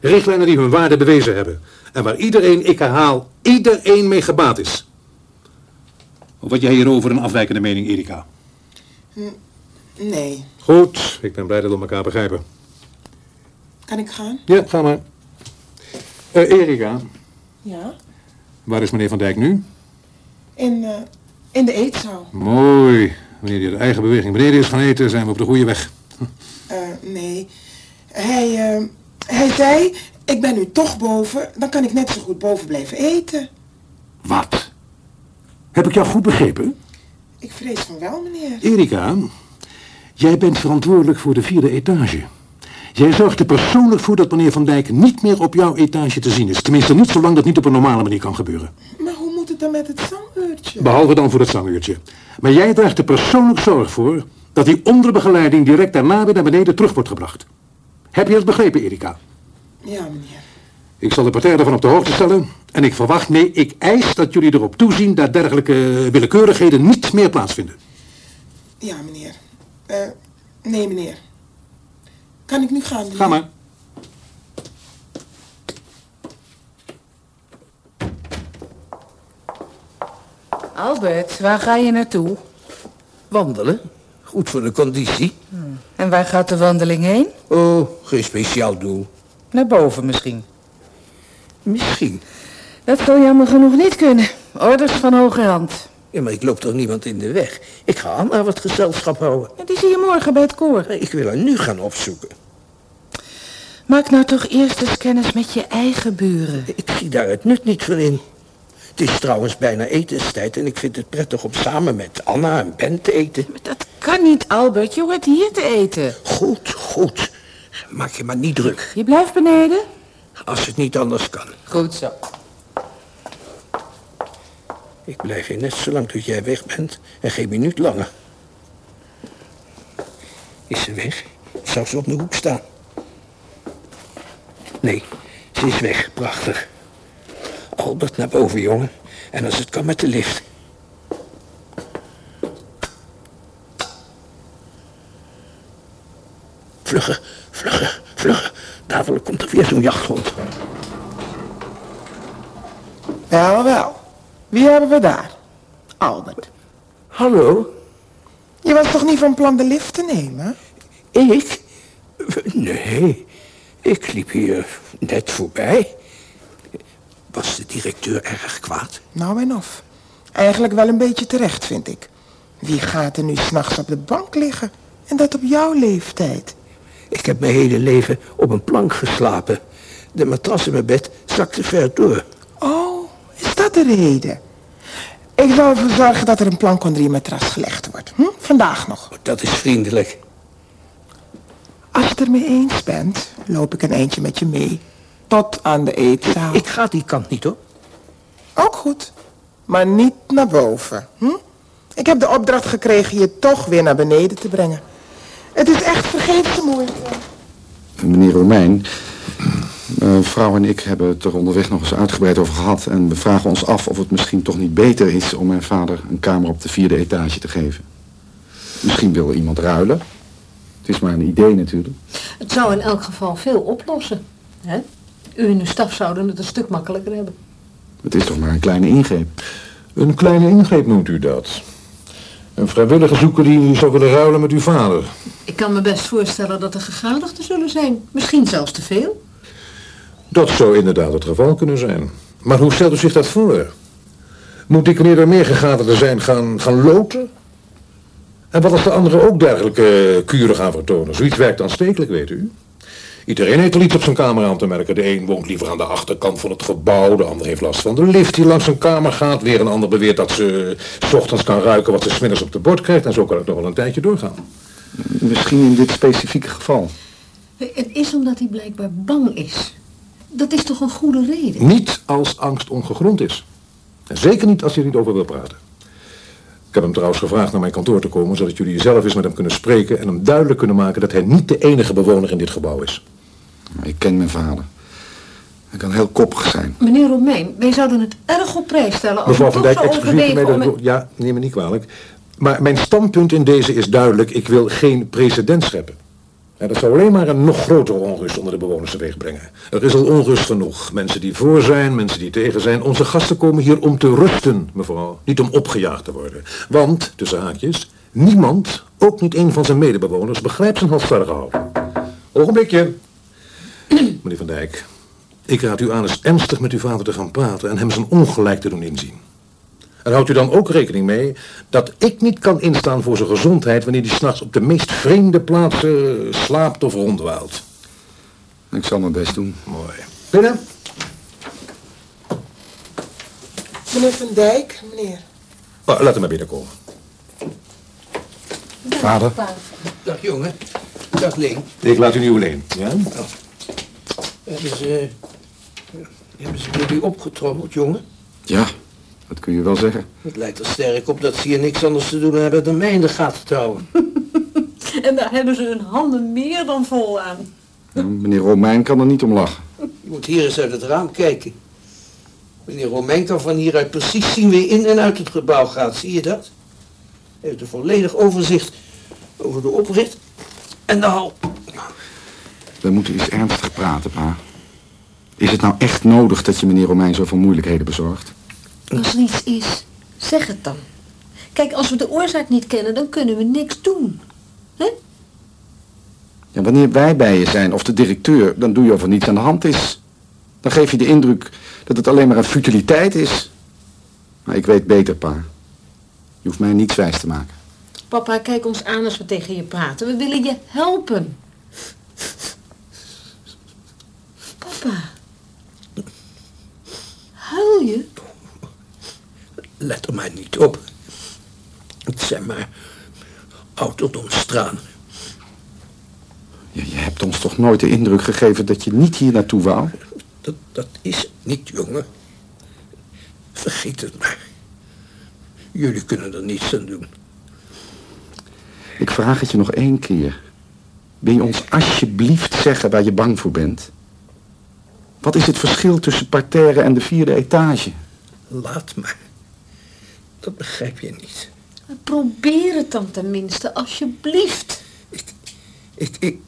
S11: Richtlijnen die hun waarde bewezen hebben en waar iedereen, ik herhaal, iedereen mee gebaat is. Of had jij hierover een afwijkende mening, Erika?
S15: Nee.
S11: Goed, ik ben blij dat we elkaar begrijpen.
S15: Kan ik gaan?
S11: Ja, ga maar. Eh, Erika,
S15: Ja.
S11: waar is meneer Van Dijk nu?
S15: In, eh, in de eetzaal.
S11: Mooi. Wanneer hij de eigen beweging beneden is gaan eten, zijn we op de goede weg.
S15: Eh, nee. Hij, eh, hij zei, ik ben nu toch boven, dan kan ik net zo goed boven blijven eten.
S11: Wat? Heb ik jou goed begrepen?
S15: Ik vrees van wel, meneer.
S11: Erika, jij bent verantwoordelijk voor de vierde etage. Jij zorgt er persoonlijk voor dat meneer Van Dijk niet meer op jouw etage te zien is. Tenminste, niet zolang dat niet op een normale manier kan gebeuren.
S15: Maar hoe moet het dan met het zanguurtje?
S11: Behalve dan voor dat zanguurtje. Maar jij draagt er persoonlijk zorg voor dat hij onder begeleiding direct daarna weer naar beneden terug wordt gebracht. Heb je dat begrepen, Erika?
S15: Ja, meneer.
S11: Ik zal de partij ervan op de hoogte stellen. En ik verwacht, nee, ik eis dat jullie erop toezien dat dergelijke willekeurigheden niet meer plaatsvinden.
S15: Ja, meneer. Eh, nee, meneer. Kan ik nu gaan, meneer?
S11: Ga maar.
S14: Albert, waar ga je naartoe?
S8: Wandelen? Goed voor de conditie.
S14: Hm. En waar gaat de wandeling heen?
S8: Oh, geen speciaal doel.
S14: Naar boven misschien.
S8: Misschien.
S14: Dat zou jammer genoeg niet kunnen. Orders van hoge hand.
S8: Ja, maar ik loop toch niemand in de weg? Ik ga Anna wat gezelschap houden.
S14: Ja, die zie je morgen bij het koor.
S8: Ik wil haar nu gaan opzoeken.
S14: Maak nou toch eerst eens kennis met je eigen buren.
S8: Ik zie daar het nut niet van in. Het is trouwens bijna etenstijd en ik vind het prettig om samen met Anna en Ben te eten.
S14: dat kan niet, Albert. Je hoort hier te eten.
S8: Goed, goed. Maak je maar niet druk,
S14: Je blijft beneden?
S8: als het niet anders kan.
S14: Goed zo.
S8: Ik blijf hier net zo lang tot jij weg bent en geen minuut langer. Is ze weg? Zou ze op de hoek staan? Nee, ze is weg. Prachtig. Albert naar boven, jongen. En als het kan met de lift. Vlugger, vlugger, vlugger. Dadelijk komt er weer zo'n jachthond.
S15: Wel, wel. Wie hebben we daar? Albert.
S8: Hallo?
S15: Je was toch niet van plan de lift te nemen?
S8: Ik? Nee, ik liep hier net voorbij. Was de directeur erg kwaad?
S15: Nou en of. Eigenlijk wel een beetje terecht, vind ik. Wie gaat er nu s'nachts op de bank liggen? En dat op jouw leeftijd.
S8: Ik heb mijn hele leven op een plank geslapen. De matras in mijn bed zakte ver door.
S15: Oh, is dat de reden? Ik zal ervoor zorgen dat er een plank onder je matras gelegd wordt. Hm? Vandaag nog.
S8: Oh, Dat is vriendelijk.
S15: Als je het ermee eens bent, loop ik een eindje met je mee. Tot aan de eetzaal. Ik
S8: ga die kant niet op.
S15: Ook goed. Maar niet naar boven. Hm? Ik heb de opdracht gekregen je toch weer naar beneden te brengen. Het is echt vergeefse moeite.
S23: Meneer Romein,
S6: Mijn eh, vrouw en ik hebben het er onderweg nog eens uitgebreid over gehad en we vragen ons af of het misschien toch niet beter is om mijn vader een kamer op de vierde etage te geven. Misschien wil iemand ruilen. Het is maar een idee natuurlijk.
S7: Het zou in elk geval veel oplossen. Hè? U en uw staf zouden het een stuk makkelijker hebben.
S6: Het is toch maar een kleine ingreep.
S11: Een kleine ingreep noemt u dat. Een vrijwillige zoeker die zou willen ruilen met uw vader.
S7: Ik kan me best voorstellen dat er gegadigden zullen zijn. Misschien zelfs te veel.
S11: Dat zou inderdaad het geval kunnen zijn. Maar hoe stelt u zich dat voor? Moet ik wanneer er meer gegadigden zijn gaan, gaan loten? En wat als de anderen ook dergelijke eh, kuren gaan vertonen? Zoiets werkt aanstekelijk, weet u. Iedereen heeft er iets op zijn kamer aan te merken. De een woont liever aan de achterkant van het gebouw, de ander heeft last van de lift die langs zijn kamer gaat. Weer een ander beweert dat ze eh, 's ochtends kan ruiken wat ze smiddags op de bord krijgt. En zo kan het nog wel een tijdje doorgaan.
S6: Misschien in dit specifieke geval.
S7: Het is omdat hij blijkbaar bang is. Dat is toch een goede reden?
S11: Niet als angst ongegrond is. En zeker niet als je er niet over wil praten. Ik heb hem trouwens gevraagd naar mijn kantoor te komen, zodat jullie zelf eens met hem kunnen spreken en hem duidelijk kunnen maken dat hij niet de enige bewoner in dit gebouw is.
S6: Ik ken mijn vader. Hij kan heel koppig zijn.
S7: Meneer Romein, wij zouden het erg op prijs stellen als
S11: Mevrouw
S7: u
S11: van
S7: toch
S11: Dijk,
S7: zou
S11: excuseer
S7: overwegen
S11: mij dat
S7: om...
S11: ik
S7: een-
S11: wo- Ja, neem me niet kwalijk. Maar mijn standpunt in deze is duidelijk. Ik wil geen precedent scheppen. Ja, dat zou alleen maar een nog grotere onrust onder de bewoners teweeg brengen. Er is al onrust genoeg. Mensen die voor zijn, mensen die tegen zijn. Onze gasten komen hier om te rusten, mevrouw. Niet om opgejaagd te worden. Want, tussen haakjes, niemand, ook niet een van zijn medebewoners, begrijpt zijn halstarrige houden. Ogenblikje. Meneer Van Dijk, ik raad u aan eens ernstig met uw vader te gaan praten en hem zijn ongelijk te doen inzien. En houdt u dan ook rekening mee dat ik niet kan instaan voor zijn gezondheid wanneer hij s'nachts op de meest vreemde plaatsen slaapt of rondwaalt.
S6: Ik zal mijn best doen.
S11: Mooi. Binnen.
S24: Meneer Van Dijk, meneer.
S11: Oh, laat hem maar binnenkomen. Vader.
S8: Dag jongen. Dag Leen.
S11: Ik laat u nu alleen. Ja?
S8: Hebben ze, hebben ze jullie opgetrommeld, jongen?
S6: Ja, dat kun je wel zeggen.
S8: Het lijkt er sterk op dat ze hier niks anders te doen hebben dan mij in de gaten te houden.
S7: En daar hebben ze hun handen meer dan vol aan.
S6: Ja, Nou, meneer Romein kan er niet om lachen.
S8: Je moet hier eens uit het raam kijken. Meneer Romein kan van hieruit precies zien wie in en uit het gebouw gaat. Zie je dat? Hij heeft een volledig overzicht over de oprit en de hal.
S6: We moeten eens ernstig praten, pa. Is het nou echt nodig dat je meneer Romein zoveel moeilijkheden bezorgt?
S7: Als er iets is, zeg het dan. Kijk, als we de oorzaak niet kennen, dan kunnen we niks doen.
S6: Ja, wanneer wij bij je zijn, of de directeur, dan doe je of er niets aan de hand is. Dan geef je de indruk dat het alleen maar een futiliteit is. Maar ik weet beter, pa. Je hoeft mij niets wijs te maken.
S7: Papa, kijk ons aan als we tegen je praten. We willen je helpen. Papa. Huil je?
S8: Let er maar niet op. Het zijn maar autodomstranen.
S6: Ja, je hebt ons toch nooit de indruk gegeven dat je niet hier naartoe wou?
S8: Dat, dat is het niet, jongen. Vergeet het maar. Jullie kunnen er niets aan doen.
S6: Ik vraag het je nog één keer. Wil je ons alsjeblieft zeggen waar je bang voor bent? Wat is het verschil tussen parterre en de vierde etage?
S8: Laat maar. Dat begrijp je niet.
S7: Probeer het dan tenminste, alsjeblieft.
S8: Ik, ik,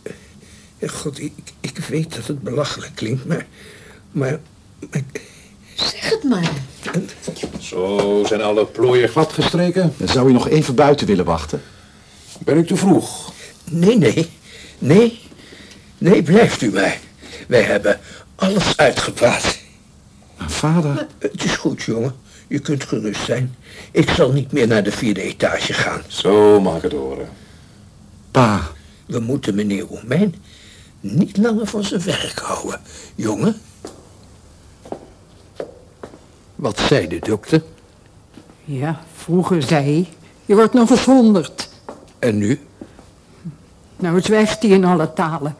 S8: eh, god, ik, ik weet dat het belachelijk klinkt, maar, maar
S7: Zeg het maar.
S11: Zo zijn alle plooien gladgestreken.
S6: Dan zou je nog even buiten willen wachten.
S8: Ben ik te vroeg? Nee, nee. Nee. Nee, blijft u maar. Wij hebben alles uitgepraat.
S6: vader...
S8: Het is goed, jongen. Je kunt gerust zijn. Ik zal niet meer naar de vierde etage gaan.
S11: Zo mag het horen.
S6: Pa.
S8: We moeten meneer Romein niet langer van zijn werk houden, jongen. Wat zei de dokter?
S5: Ja, vroeger zei hij, je wordt nog eens honderd.
S8: En nu?
S5: Nou zwijgt hij in alle talen.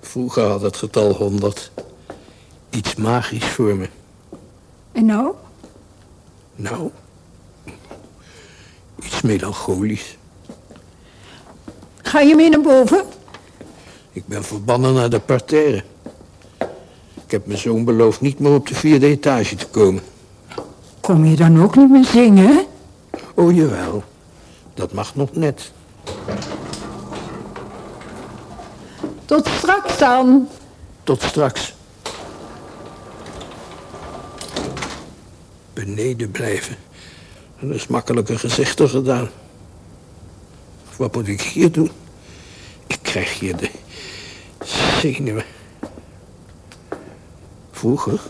S8: Vroeger had het getal 100 iets magisch voor me.
S5: En nou?
S8: Nou, iets melancholisch.
S5: Ga je mee naar boven?
S8: Ik ben verbannen naar de parterre. heb mijn zoon beloofd niet meer op de vierde etage te komen.
S5: Kom je dan ook niet meer zingen?
S8: Oh jawel, dat mag nog net.
S5: Tot straks dan.
S8: Tot straks. Beneden blijven. Dat is makkelijker gezegd dan gedaan. Wat moet ik hier doen? Ik krijg hier de zenuwen. Vroeger,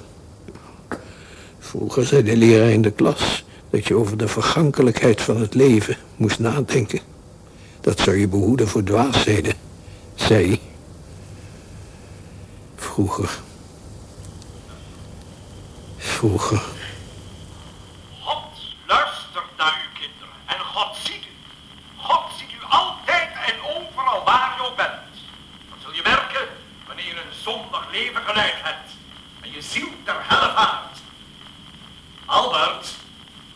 S8: vroeger zei de leraar in de klas dat je over de vergankelijkheid van het leven moest nadenken. Dat zou je behoeden voor dwaasheden, zei hij. Vroeger. Vroeger.
S2: Luistert naar uw kinderen en God ziet u. God ziet u altijd en overal waar je ook bent. Dat zul je merken wanneer je een zondig leven geleid hebt en je ziel ter helle vaart. Albert,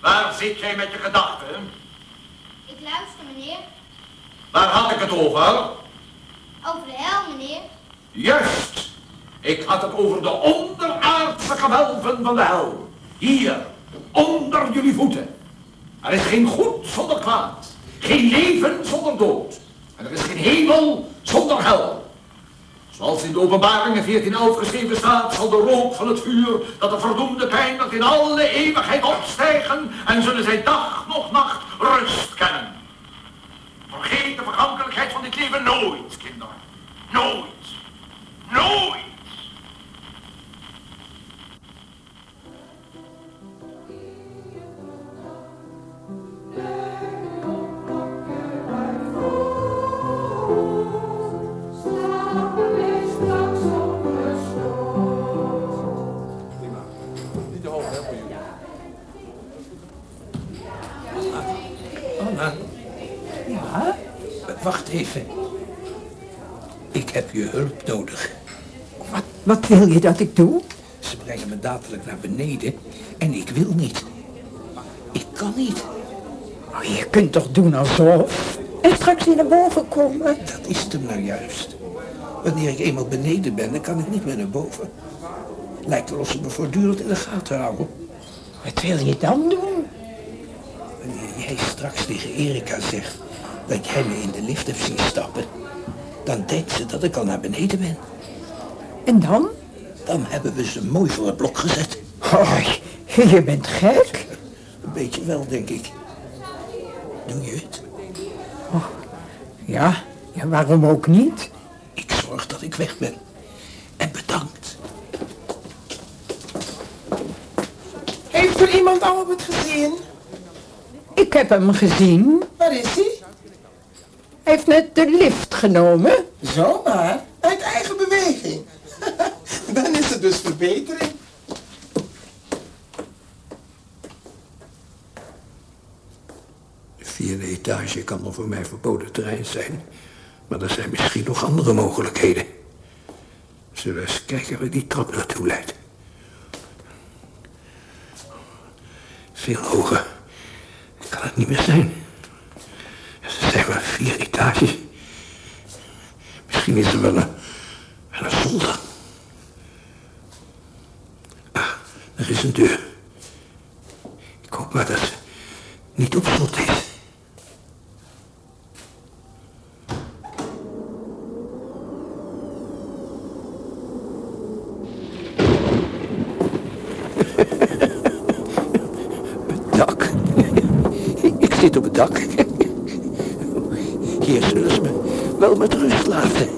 S2: waar zit jij met je gedachten?
S4: Ik luister, meneer.
S2: Waar had ik het over?
S4: Over de hel, meneer.
S2: Juist! Ik had het over de onderaardse gewelven van de hel. Hier, onder jullie voeten. Er is geen goed zonder kwaad. Geen leven zonder dood. En er is geen hemel zonder hel. Zoals in de openbaringen 14 geschreven staat, zal de rook van het vuur dat de verdoemde pijn dat in alle eeuwigheid opstijgen en zullen zij dag nog nacht rust kennen. Vergeet de vergankelijkheid van dit leven nooit, kinderen. Nooit. Nooit.
S8: Anna,
S5: Ja?
S8: wacht even. Ik heb je hulp nodig.
S5: Wat wil je dat ik doe?
S8: Ze brengen me dadelijk naar beneden en ik wil niet. Ik kan niet.
S5: Oh, je kunt toch doen alsof? En straks weer naar boven komen.
S8: Dat is het hem nou juist. Wanneer ik eenmaal beneden ben, dan kan ik niet meer naar boven. Lijkt wel of ze me voortdurend in de gaten houden.
S5: Wat wil je dan doen?
S8: Wanneer jij straks tegen Erika zegt dat jij me in de lift hebt zien stappen, dan denkt ze dat ik al naar beneden ben.
S5: En dan?
S8: Dan hebben we ze mooi voor het blok gezet.
S5: Oh, je bent gek.
S8: Een beetje wel, denk ik. Doe je het?
S5: Oh. Ja, ja waarom ook niet?
S8: Ik zorg dat ik weg ben. En bedankt.
S15: Heeft er iemand Albert gezien?
S5: Ik heb hem gezien.
S15: Waar is hij?
S5: Hij heeft net de lift genomen.
S15: Zomaar? Uit eigen beweging. Dan is het dus verbetering.
S8: De vierde etage kan nog voor mij verboden terrein zijn. Maar er zijn misschien nog andere mogelijkheden. Zullen we eens kijken waar die trap naartoe leidt. Veel hoger kan het niet meer zijn. Er zijn maar vier etages. Misschien is er wel een, wel een zolder. Ah, er is een deur. Ik hoop maar dat ze niet op slot is. dak. Ik zit op het dak. Hier zullen ze me wel met rust laten.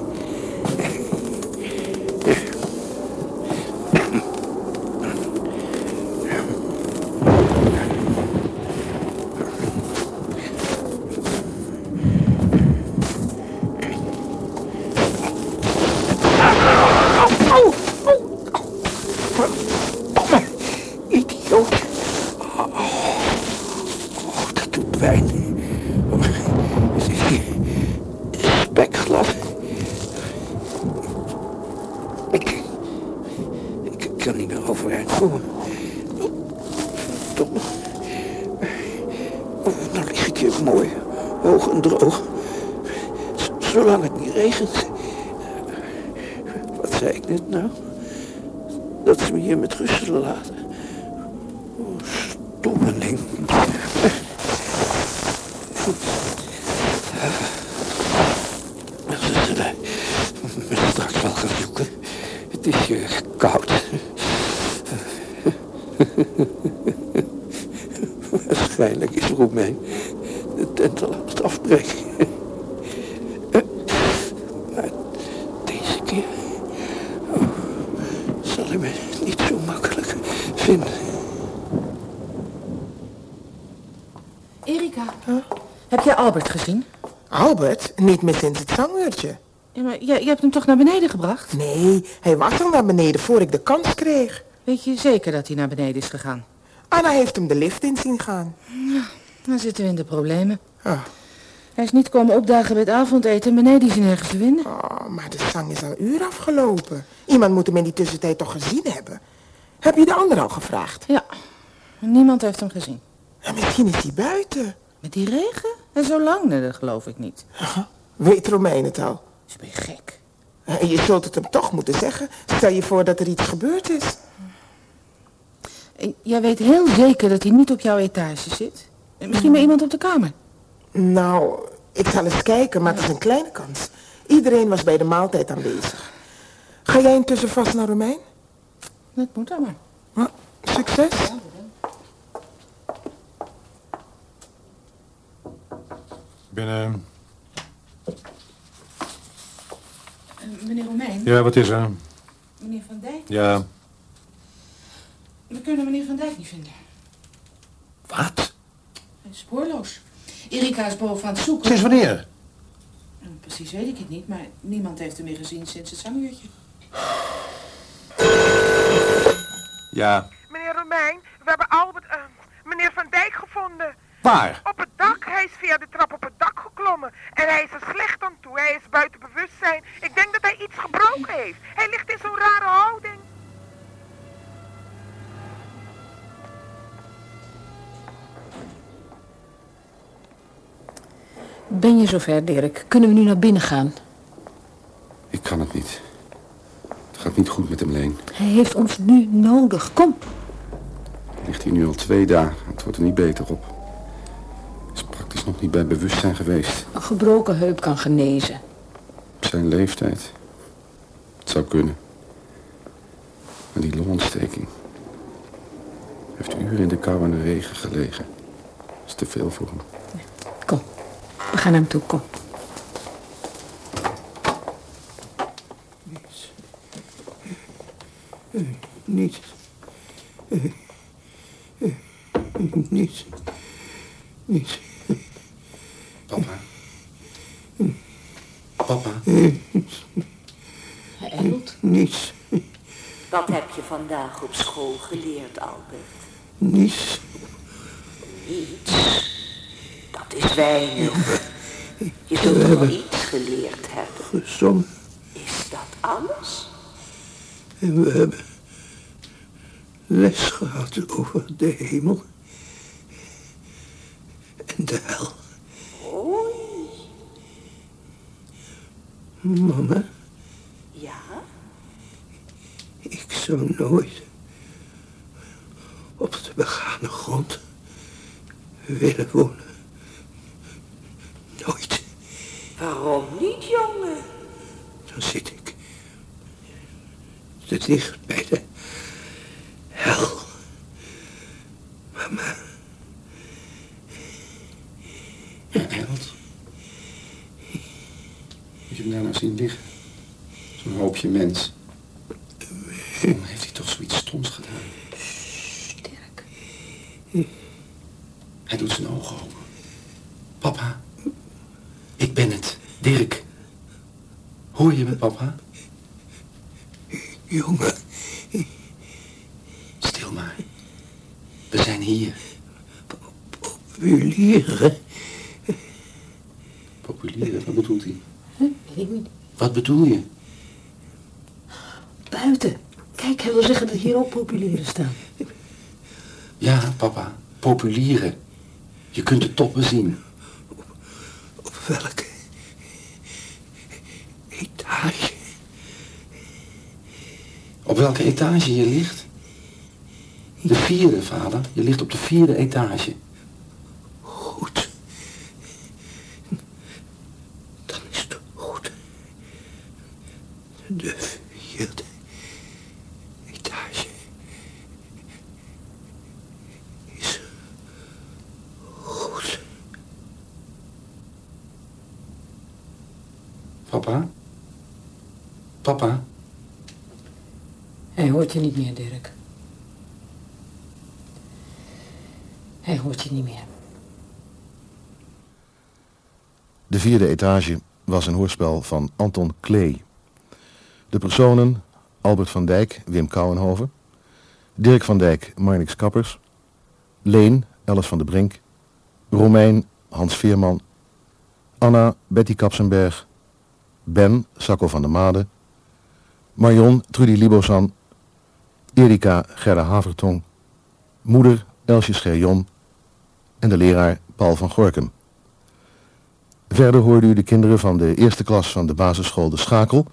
S8: Idioot. Oh, Dat doet pijn. Oh, Het is hier spekglad. Ik, ik kan niet meer overeind komen. Tom. Oh, nou lig ik hier mooi, hoog en droog. Z- Zolang het niet regent. Wat zei ik net nou? dat ze me hier met rust zullen laten. Oh, stommeling. Goed. Ze zullen me straks wel gaan zoeken. Het is hier koud. Waarschijnlijk is Roemeen de tent al aan het afbreken. Maar deze keer oh, zal hij me niet zo makkelijk vinden.
S14: Erika, heb jij Albert gezien?
S15: Albert, niet meer sinds het zanguurtje.
S14: Ja, maar jij, jij hebt hem toch naar beneden gebracht?
S15: Nee, hij was al naar beneden voor ik de kans kreeg.
S14: Weet je zeker dat hij naar beneden is gegaan?
S15: Anna heeft hem de lift in zien gaan. Ah.
S14: Ja, dan zitten we in de problemen. Hij is niet komen opdagen bij het avondeten. Beneden is hij nergens te vinden.
S15: Oh, maar de zang is al een uur afgelopen. Iemand moet hem in die tussentijd toch gezien hebben. Heb je de ander al gevraagd?
S14: Ja, niemand heeft hem gezien.
S15: En misschien is hij buiten.
S14: Met die regen? En zo lang? Nee, dat geloof ik niet.
S15: Weet Romein het al?
S14: Ze ben je gek.
S15: En je zult het hem toch moeten zeggen. Stel je voor dat er iets gebeurd is.
S14: En Jij weet heel zeker dat hij niet op jouw etage zit. Eh, Misschien bij iemand op de kamer.
S15: Nou, ik zal eens kijken, maar het is een kleine kans. Iedereen was bij de maaltijd aanwezig. Ga jij intussen vast naar Romein?
S14: Dat moet dan maar.
S15: Succes.
S11: Binnen.
S14: Eh, meneer Romein?
S11: Ja, wat is er?
S14: Meneer Van Dijk?
S11: Ja.
S14: We kunnen meneer Van Dijk niet vinden.
S11: Wat?
S14: Hij is spoorloos. Erika is boven aan het zoeken.
S11: Sinds wanneer?
S14: Precies weet ik het niet, maar niemand heeft hem meer gezien sinds het zanguurtje.
S25: Ja.
S26: Meneer Romein, we hebben Albert, eh, meneer Van Dijk gevonden.
S25: Waar?
S26: Op het dak. Hij is via de trap op het dak geklommen. En hij is er slecht aan toe. Hij is buiten bewustzijn. Ik denk dat hij iets gebroken heeft. Hij ligt in zo'n rare houding.
S7: Ben je zover, Dirk? Kunnen we nu naar binnen gaan?
S6: Ik kan het niet. Het gaat niet goed met hem, Leen.
S7: Hij heeft ons nu nodig. Kom.
S6: Hij ligt hier nu al twee dagen. Het wordt er niet beter op. Hij is praktisch nog niet bij bewustzijn geweest.
S7: Een gebroken heup kan genezen.
S6: Op zijn leeftijd. Het zou kunnen. Maar die longontsteking. Hij heeft uren in de kou en de regen gelegen. Dat is te veel voor hem.
S7: We gaan naar hem toe. Kom.
S8: Eh, Niet. Eh, eh, Niet. Niet.
S6: Papa. Papa.
S5: Eld?
S8: Niets.
S5: Wat heb je vandaag op school geleerd, Albert?
S8: Niets.
S5: Niets. Dat is weinig. Je zult
S8: We
S5: toch wel
S8: hebben
S5: iets geleerd hebben.
S8: gezongen.
S5: Is dat alles?
S8: En we hebben les gehad over de hemel en de hel. Mama,
S5: Ja?
S8: ik zou nooit op de begane grond willen wonen. Nooit.
S5: Waarom niet, jongen?
S8: Dan zit ik te dicht bij de hel. Mama.
S6: Eld. Moet je hem daar nou zien liggen? Zo'n hoopje mens. Dan heeft hij toch zoiets stoms gedaan. Dirk. Hij doet zijn ogen open. Papa. Ik ben het. Dirk. Hoor je me, papa? Jongen. Stil maar. We zijn hier.
S8: Populieren.
S6: Populieren, wat bedoelt hij?
S7: Weet ik niet.
S6: Wat bedoel je?
S7: Buiten. Kijk, hij wil zeggen dat hier ook populieren staan.
S6: Ja, papa. Populieren. Je kunt de toppen zien.
S8: Op welke etage?
S5: Op welke etage je ligt? De vierde, vader. Je ligt op de vierde etage.
S20: De vierde etage is goed.
S5: Papa? Papa?
S16: Hij hoort je niet meer, Dirk. Hij hoort je niet meer.
S1: De vierde etage was een hoorspel van Anton Klee. De personen Albert van Dijk, Wim Kouwenhoven, Dirk van Dijk, Marnix Kappers, Leen, Alice van der Brink, Romein, Hans Veerman, Anna, Betty Kapsenberg, Ben, Sacco van der Made, Marion, Trudy Libosan, Erika, Gerda Havertong, moeder, Elsje Scherjon en de leraar Paul van Gorkum. Verder hoorde u de kinderen van de eerste klas van de basisschool De Schakel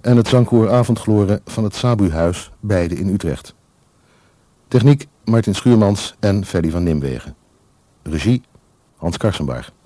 S1: en het zangkoor Avondgloren van het Sabuhuis, beide in Utrecht. Techniek Martin Schuurmans en Ferdy van Nimwegen. Regie Hans Karsenbaar.